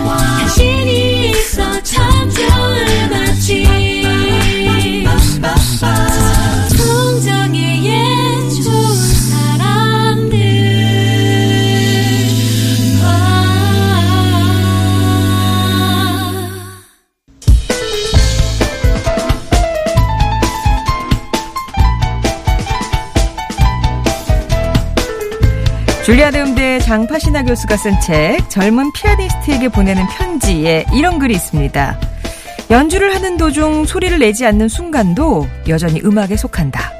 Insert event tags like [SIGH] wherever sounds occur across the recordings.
당신이 있어 참 좋은 아침 풍정의 좋은 아. 사람들 줄리아드 음대 장파시나 교수가 쓴 책 젊은 피아니스트에게 보내는 편지에 이런 글이 있습니다. 연주를 하는 도중 소리를 내지 않는 순간도 여전히 음악에 속한다.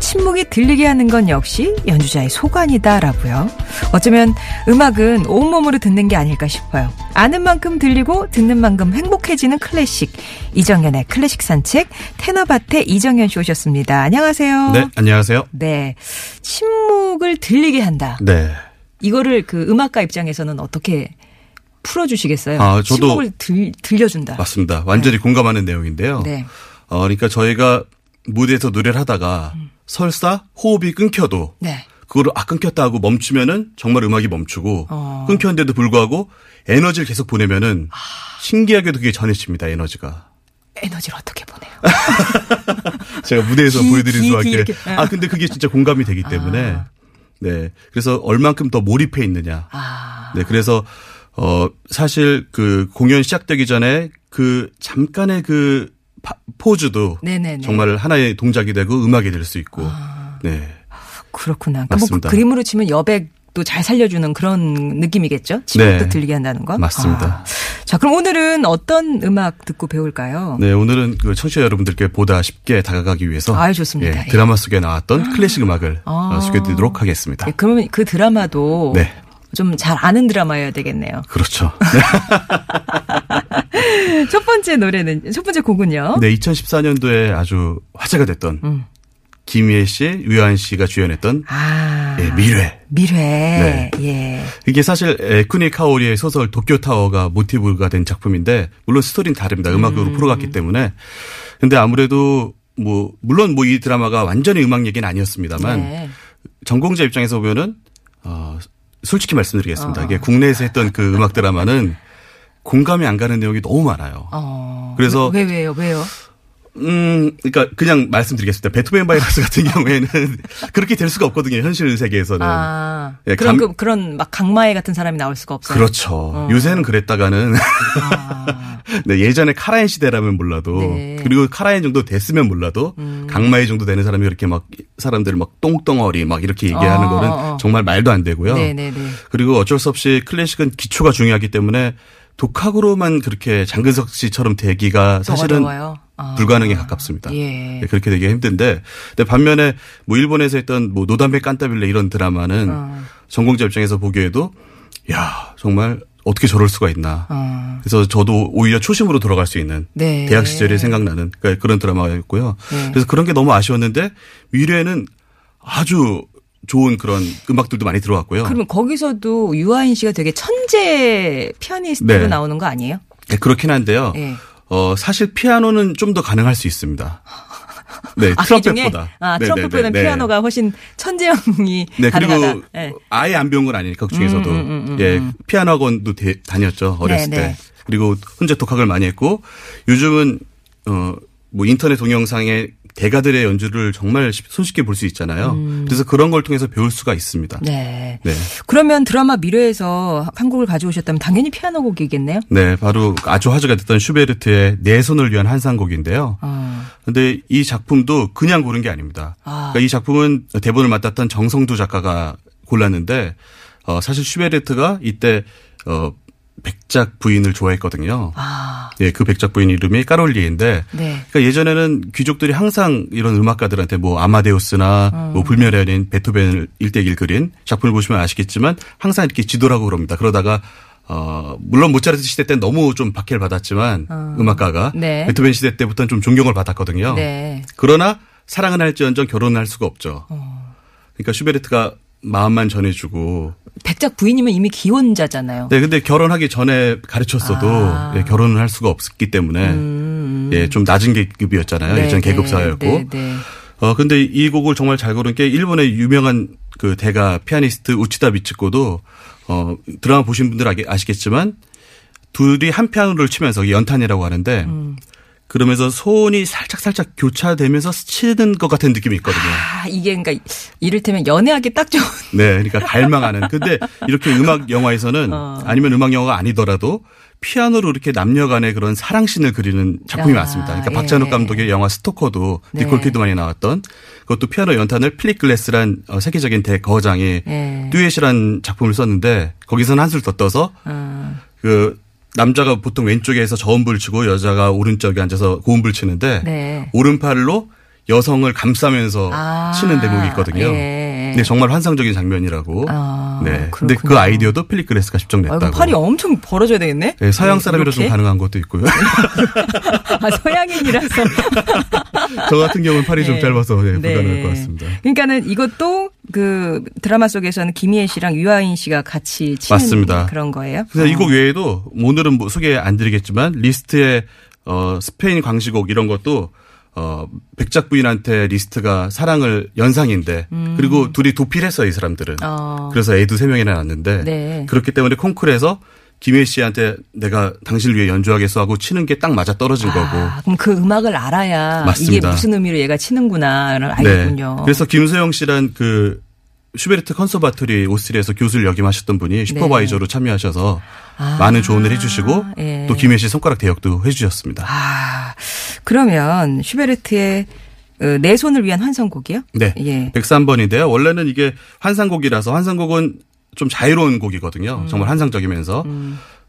침묵이 들리게 하는 건 역시 연주자의 소관이다라고요. 어쩌면 음악은 온몸으로 듣는 게 아닐까 싶어요. 아는 만큼 들리고 듣는 만큼 행복해지는 클래식. 이정현의 클래식 산책 테너밭의 이정현 씨 오셨습니다. 안녕하세요. 네, 안녕하세요. 네. 침묵을 들리게 한다. 네. 이거를 그 음악가 입장에서는 어떻게 풀어주시겠어요? 아, 저도- 침묵을 들, 들려준다. 맞습니다. 완전히 공감하는 내용인데요. 네. 어, 그러니까 저희가 무대에서 노래를 하다가 설사 호흡이 끊겨도 음. 네. 그거를 아 끊겼다 하고 멈추면은 정말 음악이 멈추고 어. 아. 끊겼는데도 불구하고 에너지를 계속 보내면은 신기하게도 그게 전해집니다 에너지가 에너지를 어떻게 보내요? 제가 무대에서 기, 기, 보여드린 기 수밖에 이렇게. 아. 아 근데 그게 진짜 공감이 되기 때문에 네 그래서 얼만큼 더 몰입해 있느냐 아, 네, 그래서 어 사실 그 공연 시작되기 전에 그 잠깐의 그 파- 포즈도 네네네. 아. 정말 하나의 동작이 되고 음악이 될 수 있고. 네. 그렇구나. 그러니까 뭐 맞습니다. 그 그림으로 치면 여백도 잘 살려주는 그런 느낌이겠죠? 침묵도 네. 들리게 한다는 건? 맞습니다. 아. 자, 그럼 오늘은 어떤 음악 듣고 배울까요? 네, 오늘은 그 청취자 여러분들께 보다 쉽게 다가가기 위해서 아유, 좋습니다. 예, 드라마 속에 나왔던 클래식 음악을 아. 어, 소개해 드리도록 하겠습니다. 네, 그러면 그 드라마도 네. 좀 잘 아는 드라마여야 되겠네요. 그렇죠. 어? 첫 번째 노래는, 첫 번째 곡은요? 네, 2014년도에 아주 화제가 됐던 김희애 씨, 유한 씨가 주연했던 음. 아. 예, 미래 네. 미래. 예. 이게 사실 에쿠니 카오리의 소설 도쿄 타워가 모티브가 된 작품인데 물론 스토리는 다릅니다. 음악으로 풀어갔기 때문에 근데 아무래도 뭐 물론 뭐 이 드라마가 완전히 음악 얘기는 아니었습니다만 네. 전공자 입장에서 보면은 어 솔직히 어. 말씀드리겠습니다. 이게 국내에서 했던 그 음악 드라마는 공감이 안 가는 내용이 너무 많아요. 어. 그래서- 왜, 왜, 왜요? 왜요? 음, 그러니까 그냥 말씀드리겠습니다. 베토벤 바이러스 [LAUGHS] 같은 경우에는 그렇게 될 수가 없거든요. 현실 세계에서는. 아. 예, 그런, 감- 그, 그런 막 강마애 같은 사람이 나올 수가 없어요. 아. 그렇죠. 요새는 그랬다가는 [LAUGHS] 네, 예전에 카라인 시대라면 몰라도 네. 음. 그리고 카라인 정도 됐으면 몰라도 강마이 정도 되는 사람이 이렇게 막 사람들 막 똥덩어리 막 이렇게 얘기하는 어, 거는 어, 어. 정말 말도 안 되고요. 네네네. 그리고 어쩔 수 없이 클래식은 기초가 중요하기 때문에 독학으로만 그렇게 장근석 씨처럼 되기가 더 사실은 어려워요. 아. 불가능에 가깝습니다. 예. 네, 그렇게 되기 힘든데, 근데 반면에 뭐 일본에서 했던 뭐 노담배 깐따빌레 이런 드라마는 어. 전공자 입장에서 보기에도 야 정말 어떻게 저럴 수가 있나. 어. 그래서 저도 오히려 초심으로 돌아갈 수 있는 네. 대학 시절이 생각나는 그런 드라마였고요. 네. 그래서 그런 게 너무 아쉬웠는데 미래에는 아주 좋은 그런 음악들도 많이 들어왔고요. 그러면 거기서도 유아인 씨가 되게 천재 피아니스트로 네. 나오는 거 아니에요? 네, 그렇긴 한데요. 예. 어, 사실 피아노는 좀 더 가능할 수 있습니다. [LAUGHS] 네, 악기 중에 트럼펫보다. 아, 네, 트럼펫보다는 네, 네, 네. 피아노가 훨씬 천재형이 네, 가능하다. 그리고 예. 아예 안 배운 건 아니니까 그 중에서도. 음, 음, 음, 예, 피아노 학원도 대- 다녔죠. 어렸을 네, 네. 때. 그리고 혼자 독학을 많이 했고 요즘은 어, 뭐 인터넷 동영상에 대가들의 연주를 정말 쉽- 손쉽게 볼 수 있잖아요. 그래서 그런 걸 통해서 배울 수가 있습니다. 음. 네. 네. 그러면 드라마 미래에서 한 곡을 가져오셨다면 당연히 피아노 곡이겠네요. 네, 바로 아주 화제가 됐던 슈베르트의 내 손을 위한 한상곡인데요. 어. 근데 이 작품도 그냥 고른 게 아닙니다. 아. 그러니까 이 작품은 대본을 맡았던 정성두 작가가 골랐는데 어, 사실 슈베르트가 이때 어, 백작 부인을 좋아했거든요. 아. 예, 그 백작 부인 이름이 까롤리인데 네. 그러니까 예전에는 귀족들이 항상 이런 음악가들한테 뭐 아마데우스나 음. 뭐 불멸의 연인 베토벤을 일대일 그린 작품을 보시면 아시겠지만 항상 이렇게 지도라고 그럽니다. 그러다가 어, 물론 모차르트 시대 때는 너무 좀 박해를 받았지만 어. 음악가가 네. 베토벤 시대 때부터는 좀 존경을 받았거든요. 네. 그러나 사랑은 할지언정 결혼은 할 수가 없죠. 어. 그러니까 슈베르트가 마음만 전해주고 백작 부인이면 이미 기혼자잖아요. 네, 근데 결혼하기 전에 가르쳤어도 아. 음, 예, 결혼을 할 수가 없었기 때문에 예, 좀 낮은 계급이었잖아요. 네, 예전 네, 계급 사회였고. 네, 네. 어 근데 이 곡을 정말 잘 고른 게 일본의 유명한 그 대가 피아니스트 우치다 미츠코도 어 드라마 보신 분들 아게- 아시겠지만 둘이 한 피아노를 치면서 이게 연탄이라고 하는데 음. 그러면서 손이 살짝 살짝 교차되면서 스치는 것 같은 느낌이 있거든요. 아, 이게 그러니까 이를테면 연애하기 딱 좋은 네, 그러니까 갈망하는. 근데 이렇게 음악 영화에서는 어. 아니면 음악 영화가 아니더라도 피아노로 이렇게 남녀간의 그런 사랑신을 그리는 작품이 아, 많습니다. 그러니까 예. 박찬욱 감독의 영화 스토커도 네. 니콜 키드만이 나왔던 그것도 피아노 연탄을 플릭글래스란 어, 세계적인 대거장이 예. 듀엣이란 작품을 썼는데 거기서는 한술 더 떠서 아, 그 남자가 보통 왼쪽에서 저음불 치고 여자가 오른쪽에 앉아서 고음불 치는데 네. 오른팔로 여성을 감싸면서 아, 치는 대목이 있거든요. 예. 네, 정말 환상적인 장면이라고. 아, 네. 근데 그렇군요. 그 아이디어도 필리그레스가 아, 집중됐다고. 그럼 팔이 엄청 벌어져야 되겠네. 네, 서양 사람이라 좀 이렇게? 가능한 것도 있고요. [LAUGHS] 아, 서양인이라서. 저 같은 경우는 팔이 좀 네. 짧아서 네, 네. 불가능할 것 같습니다. 그러니까는 이것도 그 드라마 속에서는 김희애 씨랑 유아인 씨가 같이 치는 맞습니다. 그런 거예요. 그래서 어. 이 곡 외에도 오늘은 뭐 소개 안 드리겠지만 리스트에 어, 스페인 광시곡 이런 것도 어, 백작 부인한테 리스트가 사랑을 연상인데 그리고 둘이 도필했어요, 이 사람들은. 음. 어. 그래서 애도 세 명이나 낳았는데 네. 그렇기 때문에 콩쿨에서 김혜 씨한테 내가 당신을 위해 연주하겠어 하고 치는 게 딱 맞아 떨어진 거고. 아, 그럼 그 음악을 알아야 이게 맞습니다. 네. 무슨 의미로 얘가 치는구나를 알겠군요. 그래서 김소영 씨란 그 슈베르트 컨서바토리 오스트리아에서 교수를 역임하셨던 분이 슈퍼바이저로 참여하셔서 네. 아, 많은 조언을 해주시고 예. 또 김혜 씨 손가락 대역도 해주셨습니다. 아, 그러면 슈베르트의 어, 내 손을 위한 환성곡이요? 네, 예. 103번인데요. 원래는 이게 환상곡이라서 환상곡은 좀 자유로운 음. 곡이거든요. 정말 환상적이면서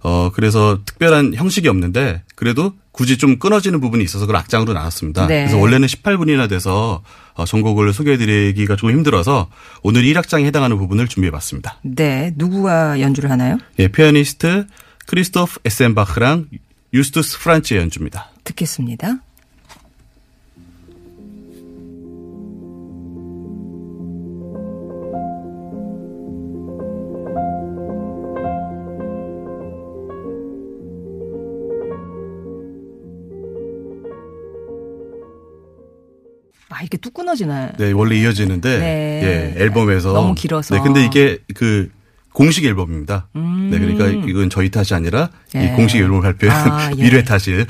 어 그래서 특별한 형식이 없는데 그래도 굳이 좀 끊어지는 부분이 있어서 그걸 악장으로 나눴습니다. 네. 그래서 원래는 18분이나 돼서 어, 전곡을 소개해드리기가 조금 힘들어서 오늘 1악장에 해당하는 부분을 준비해봤습니다. 네, 누구와 연주를 하나요? 예, 피아니스트 크리스토프 에센바흐랑 유스투스 프란츠의 연주입니다. 듣겠습니다. 아, 이게 뚝 끊어지나요? 네, 원래 이어지는데 네. 예, 앨범에서 너무 길어서. 네, 근데 이게 그 공식 앨범입니다. 네, 그러니까 이건 저희 탓이 아니라 예. 이 공식 앨범을 발표한 음. 아, 예. [LAUGHS] 미래 [LAUGHS] 탓이.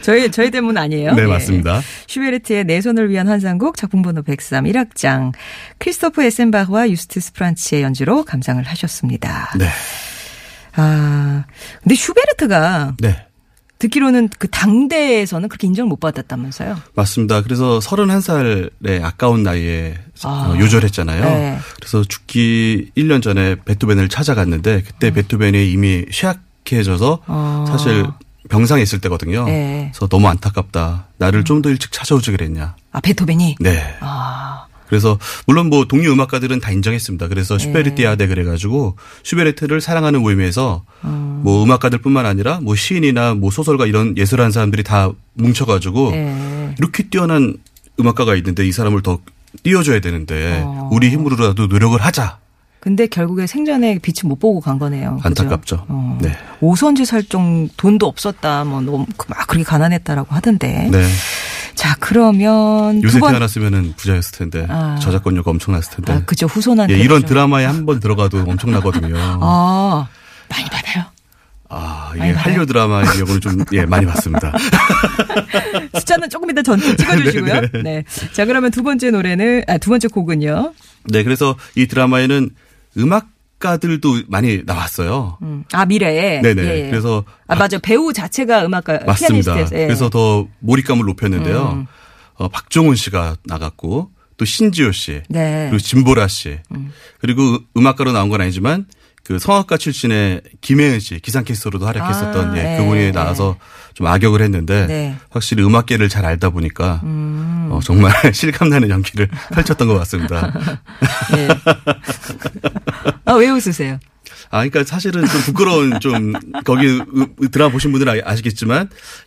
저희, 저희 대문 아니에요? 네, 예. 맞습니다. 슈베르트의 내 손을 위한 환상곡 작품번호 103 1악장 크리스토프 에센바흐와 유스티스 프란치의 연주로 감상을 하셨습니다. 네. 아, 근데 슈베르트가 네. 듣기로는 그 당대에서는 그렇게 인정을 못 받았다면서요? 맞습니다. 그래서 31살의 아까운 나이에 아. 어, 요절했잖아요. 네. 그래서 죽기 1년 전에 베토벤을 찾아갔는데 그때 베토벤이 이미 쇠약해져서 아. 사실 병상에 있을 때거든요. 네. 그래서 너무 안타깝다. 나를 좀 더 일찍 찾아오지 그랬냐. 아, 베토벤이? 네. 아, 그래서 물론 뭐 동료 음악가들은 다 인정했습니다. 그래서 네. 슈베르티아데 그래가지고 슈베르트를 사랑하는 모임에서 음. 뭐 음악가들뿐만 아니라 뭐 시인이나 뭐 소설가 이런 예술하는 사람들이 다 뭉쳐가지고 예. 이렇게 뛰어난 음악가가 있는데 이 사람을 더 띄워줘야 되는데 어. 우리 힘으로라도 노력을 하자. 근데 결국에 생전에 빛을 못 보고 간 거네요. 그죠? 안타깝죠. 어. 네. 오선지 살 정, 돈도 없었다, 뭐, 너무, 막 그렇게 가난했다라고 하던데. 네. 자, 그러면. 두 요새 번. 태어났으면은 부자였을 텐데 아. 저작권료가 엄청났을 텐데. 아, 그죠. 후손한테. 예, 이런 좀. 드라마에 한 번 들어가도 [LAUGHS] 엄청나거든요. 아, 아, 많이 받아요. 이게 예, 한류 드라마의 경우는 좀 예, [LAUGHS] 많이 봤습니다. 숫자는 조금 이따 [LAUGHS] 전체 찍어주시고요. 네, 자, 그러면 두 번째 노래는, 아, 두 번째 곡은요. 네, 그래서 이 드라마에는 음악가들도 많이 나왔어요. 음. 아, 미래에. 네네. 예, 예. 그래서 아, 맞아. 배우 자체가 음악가, 맞습니다. 피아니스트에서. 예. 음. 그래서 더 몰입감을 높였는데요. 어, 박종훈 씨가 나갔고 또 신지호 씨, 네. 음. 그리고 진보라 씨, 그리고 음악가로 나온 건 아니지만 그 성악가 출신의 김혜은 씨 기상캐스터로도 활약했었던 아, 예, 네. 그분이 나와서 좀 악역을 했는데 네. 음. 확실히 음악계를 잘 알다 보니까 어, 정말 [LAUGHS] 실감나는 연기를 [LAUGHS] 펼쳤던 것 같습니다. 예. 아, 왜 웃으세요? 아, 그러니까 사실은 좀 [LAUGHS] 부끄러운 좀 거기 으- 드라마 보신 분들은 아- 아시겠지만,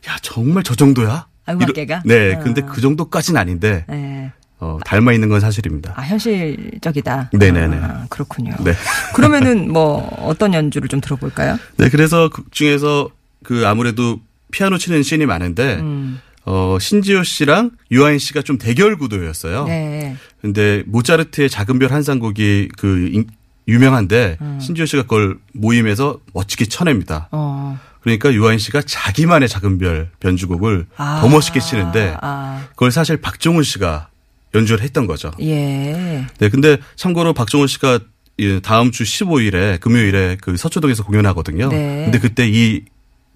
야 정말 저 정도야? 음악계가? 이러- 네, 어. 근데 그 정도까지는 아닌데 네. 어, 닮아 있는 건 사실입니다. 아, 현실적이다. 네네네. 아, 그렇군요. 네. 그러면은 뭐 어떤 연주를 좀 들어볼까요? 네, 그래서 극 중에서 그 아무래도 피아노 치는 씬이 많은데 음. 어, 신지호 씨랑 유아인 씨가 좀 대결 구도였어요. 네. 근데 모차르트의 작은 별 한상곡이 그 인- 유명한데 음. 신지호 씨가 그걸 모임에서 멋지게 쳐냅니다. 어. 그러니까 유아인 씨가 자기만의 작은 별 변주곡을 아. 더 멋있게 치는데 아, 그걸 사실 박종훈 씨가 연주를 했던 거죠. 예. 네, 근데 참고로 박종훈 씨가 이 다음 주 15일에 금요일에 그 서초동에서 공연하거든요. 네. 근데 그때 이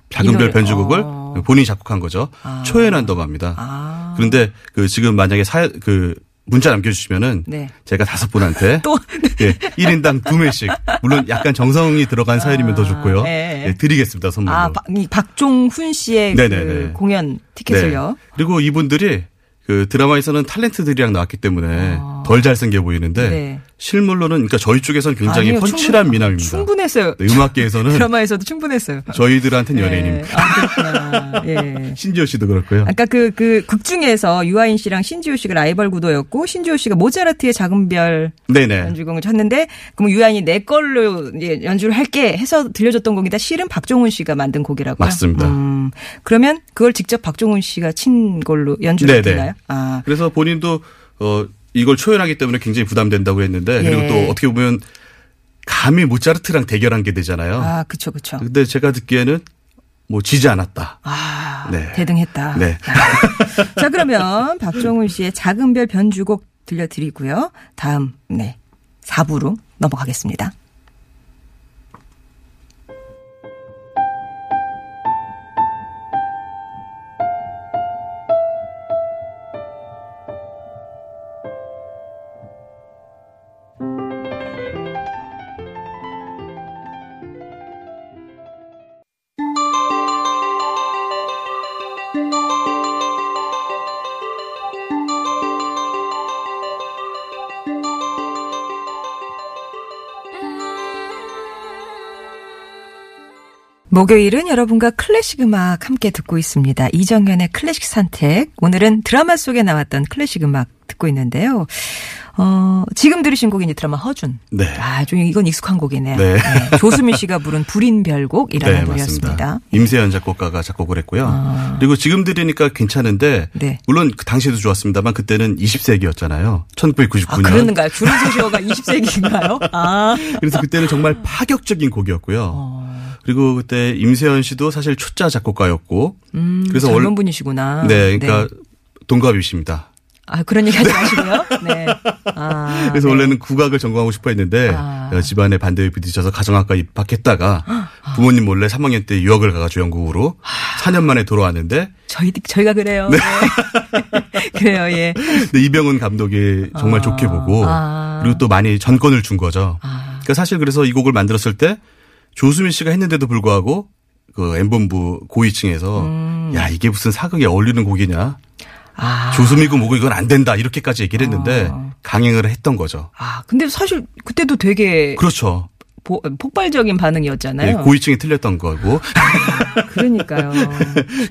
이 작은 별 노래, 변주곡을 어. 본인이 작곡한 거죠. 아. 초연한다고 합니다. 아. 그런데 그 지금 만약에 사, 그 문자 남겨주시면은 네. 제가 다섯 분한테 [LAUGHS] 또? 예, 1인당 두 매씩 물론 약간 정성이 들어간 사연이면 더 좋고요. 네. 예, 드리겠습니다 선물로. 아, 박, 이 박종훈 씨의 그 네네네. 공연 티켓을요. 네. 그리고 이분들이 그 드라마에서는 탤런트들이랑 나왔기 때문에 덜 잘생겨 보이는데 아. 네. 실물로는 그러니까 저희 쪽에서는 굉장히 아니요, 훤칠한 충분- 미남입니다. 충분했어요. 네, 음악계에서는 드라마에서도 충분했어요. 저희들한테는 네. 연예인입니다. 아, 그렇구나. 예. 신지호 씨도 그렇고요. 아까 그, 그, 극 중에서 유아인 씨랑 신지호 씨가 라이벌 구도였고, 신지호 씨가 모차르트의 작은 별 네네. 연주곡을 쳤는데, 그럼 유아인이 내 걸로 이제 연주를 할게 해서 들려줬던 곡이다. 실은 박종훈 씨가 만든 곡이라고요. 맞습니다. 음, 그러면 그걸 직접 박종훈 씨가 친 걸로 연주를 네네. 했나요? 아, 그래서 본인도 어 이걸 초연하기 때문에 굉장히 부담된다고 했는데 예. 그리고 또 어떻게 보면 감히 모차르트랑 대결한 게 되잖아요. 아, 그쵸, 그쵸. 근데 제가 듣기에는 뭐 지지 않았다. 아, 네. 대등했다. 네. 아. [LAUGHS] 자, 그러면 박종훈 씨의 작은 별 변주곡 들려드리고요. 다음, 네. 4부로 넘어가겠습니다. 목요일은 여러분과 클래식 음악 함께 듣고 있습니다. 이정현의 클래식 선택. 오늘은 드라마 속에 나왔던 클래식 음악 듣고 있는데요. 어, 지금 들으신 곡이 이제 드라마 허준. 네. 아, 좀 이건 익숙한 곡이네요. 네. 조수민 씨가 부른 불인 별곡이라는 노래였습니다. 아. 임세연 작곡가가 작곡을 했고요. 그리고 지금 들으니까 괜찮은데 네. 물론 그 당시에도 좋았습니다만 그때는 20세기였잖아요. 1999년. 아, 그러는가요? 줄은 소시오가 20세기인가요? 아. 그래서 그때는 정말 파격적인 곡이었고요. 어. 그리고 그때 임세연 씨도 사실 초짜 작곡가였고 음, 그래서 젊은 얼- 분이시구나. 네, 그러니까 동갑이십니다. 아, 그런 얘기 하지 마시고요. 네. 아, 그래서 네. 원래는 국악을 전공하고 싶어 했는데 아. 어, 집안의 반대에 부딪혀서 가정학과 입학했다가 아. 부모님 몰래 3학년 때 유학을 가가지고 영국으로 4년 만에 돌아왔는데 저희 저희가 그래요. 네. [LAUGHS] 그래요. 예. 근데 이병헌 감독이 정말 아. 좋게 보고 아. 그리고 또 많이 전권을 준 거죠. 그러니까 사실 그래서 이 곡을 만들었을 때 조수민 씨가 했는데도 불구하고 그 엠본부 고위층에서 야 이게 무슨 사극에 어울리는 곡이냐 음. 아. 어. 조수미고 뭐고 이건 안 된다 이렇게까지 얘기를 했는데 강행을 했던 거죠. 아, 근데 사실 그때도 되게 그렇죠. 보- 폭발적인 예, 반응이었잖아요. 고위층이 틀렸던 거고 [LAUGHS] 그러니까요.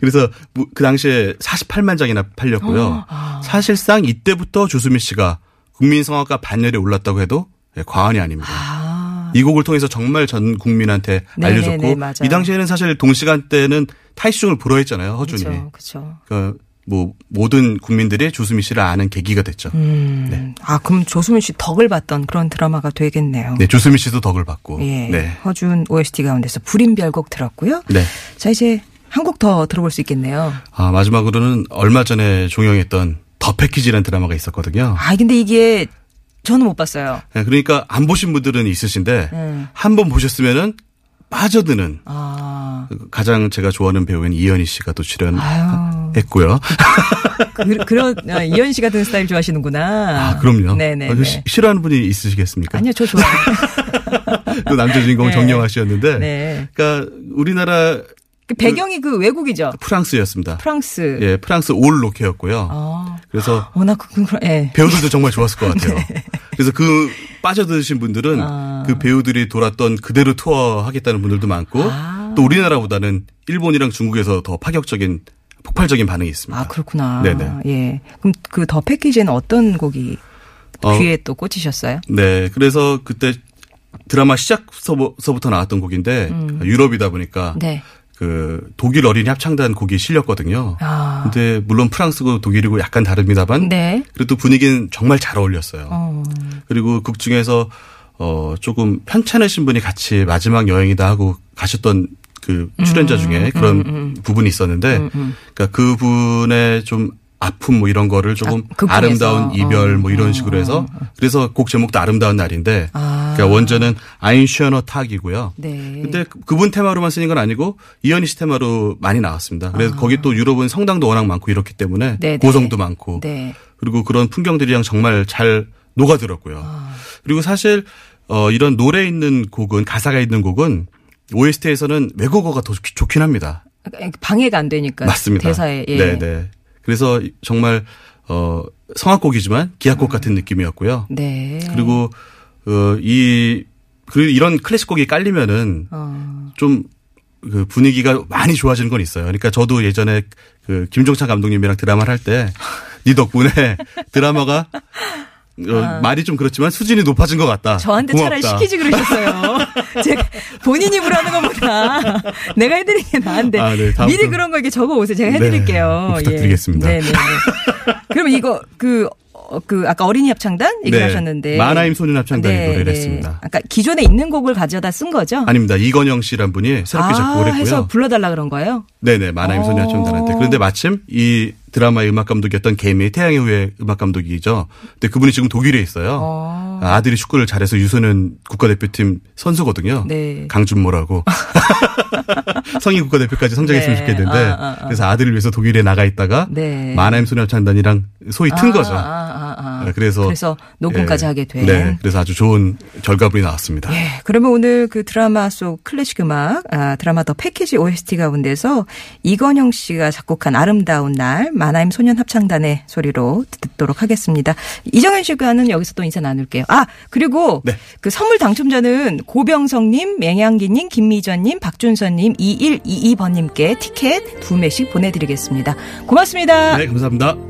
그래서 뭐 그 당시에 48만 장이나 어, 팔렸고요. 아. 사실상 이때부터 조수미 씨가 국민 성악가 반열에 올랐다고 해도 예, 과언이 아닙니다. 아, 이 곡을 통해서 정말 전 국민한테 네네네, 알려줬고 맞아요. 이 당시에는 사실 동시간대는 타이숑을 불허했잖아요 허준이. 그렇죠. 그렇죠. 그러니까 뭐 모든 국민들이 조수미 씨를 아는 계기가 됐죠. 음. 네. 아, 그럼 조수민 씨 덕을 봤던 그런 드라마가 되겠네요. 네, 조수미 씨도 덕을 받고. 예. 네. 허준 OST 가운데서 불인별곡 들었고요. 네. 자, 이제 한 곡 더 들어볼 수 있겠네요. 아, 마지막으로는 얼마 전에 종영했던 더 패키지라는 드라마가 있었거든요. 아, 근데 이게 저는 못 봤어요. 네, 그러니까 안 보신 분들은 있으신데 네. 한 번 보셨으면은 빠져드는 아. 가장 제가 좋아하는 배우인 이현희 씨가 또 아유. 출연했고요. 그, 그런 아, 이현 씨 같은 스타일 좋아하시는구나. 아, 그럼요. 네네. 아, 그 시- 싫어하는 분이 있으시겠습니까? 아니요, 저 [LAUGHS] 좋아요. 또 남자 주인공 네. 은 정영아 씨였는데. 네. 그러니까 우리나라 그 배경이 그 외국이죠. 프랑스였습니다. 프랑스. 예, 프랑스 올 로케였고요. 아. 그래서 워낙 그, 그, 예. 배우들도 정말 좋았을 것 [LAUGHS] 같아요. 그래서 그 빠져드신 분들은 네. 아. 그 배우들이 돌았던 그대로 투어하겠다는 분들도 많고 아. 또 우리나라보다는 일본이랑 중국에서 더 파격적인 폭발적인 반응이 있습니다. 아, 그렇구나. 네네. 예. 그럼 그 더 패키지에는 어떤 곡이 어. 귀에 또 꽂히셨어요? 네, 그래서 그때 드라마 시작서부터 나왔던 곡인데 유럽이다 보니까 음. 네. 그 독일 어린이 합창단 곡이 실렸거든요. 아. 근데 물론 프랑스고 독일이고 약간 다릅니다만 네. 그래도 분위기는 정말 잘 어울렸어요. 어. 그리고 극 중에서 어 조금 편찮으신 분이 같이 마지막 여행이다 하고 가셨던 그 출연자 음, 중에 그런 부분이 있었는데 그러니까 그 분의 좀 아픔 뭐 이런 거를 조금 아, 그 분에서. 아, 름다운 이별 뭐 어, 이런 식으로 해서 그래서 곡 제목도 아름다운 날인데 아. 그러니까 원제는 아인슈어너 탁이고요. 네. 근데 그- 그분 테마로만 쓰는 건 아니고 이현희 씨 테마로 많이 나왔습니다. 그래서 거기 또 유럽은 성당도 워낙 많고 이렇기 때문에 아. 네, 네. 고성도 많고 네. 그리고 그런 풍경들이랑 정말 잘 녹아들었고요. 그리고 사실 어 이런 노래 있는 곡은 가사가 있는 곡은 OST에서는 외국어가 더 좋- 좋긴 합니다. 방해가 안 되니까. 맞습니다. 대사에. 예. 네, 네. 그래서 정말 어 성악곡이지만 기악곡 같은 느낌이었고요. 네. 그리고 어이 그리고 이런 클래식 곡이 깔리면은 어. 좀 그 분위기가 많이 좋아지는 건 있어요. 그러니까 저도 예전에 그 김종찬 감독님이랑 드라마를 할 때 니 덕분에 [LAUGHS] 드라마가 어, 말이 좀 그렇지만 수준이 높아진 것 같다. 아. 저한테 차라리 고맙다. 시키지 [LAUGHS] 그러셨어요. 제가 본인 입으로 하는 것보다 내가 해드리는 게 나은데 아, 네, 다음 미리 분. 그런 거 이렇게 적어 오세요. 제가 해드릴게요. 예. 네, 부탁드리겠습니다. 네, 네. 그럼 이거 그. 어, 그 아까 어린이 합창단 얘기하셨는데 네, 네, 만화임 소년 합창단이 노래를 했습니다. 아까 기존에 있는 곡을 가져다 쓴 거죠? 아닙니다. 이건영 씨란 분이 새롭게 작곡을 아, 했고요. 해서 불러달라 그런 거예요? 네네 만화임 어. 소녀 합창단한테 그런데 마침 이 드라마의 음악 감독이었던 개미의 태양의 후예 음악 감독이죠. 근데 그분이 지금 독일에 있어요. 아들이 축구를 잘해서 유소년 국가대표팀 선수거든요. 네. [LAUGHS] 강준모라고 성인 국가대표까지 성장했으면 네. 좋겠는데 아, 아, 아. 그래서 아들을 위해서 독일에 나가 있다가 네. 만화임 소녀 합창단이랑 소위 튼 아, 거죠. 아, 아, 아. 네, 그래서 녹음까지 예. 하게 된. 네, 그래서 아주 좋은 결과물이 나왔습니다. 예, 그러면 오늘 그 드라마 속 클래식 음악, 아, 드라마 더 패키지 OST 가운데서 이건영 씨가 작곡한 아름다운 날, 만화임 소년 합창단의 소리로 듣- 듣도록 하겠습니다. 이정현 씨와는 여기서 또 인사 나눌게요. 아, 그리고 네. 그 선물 당첨자는 고병성님, 맹양기님, 김미전님, 박준선님, 2122번님께 티켓 두 매씩 보내드리겠습니다. 고맙습니다. 네, 감사합니다.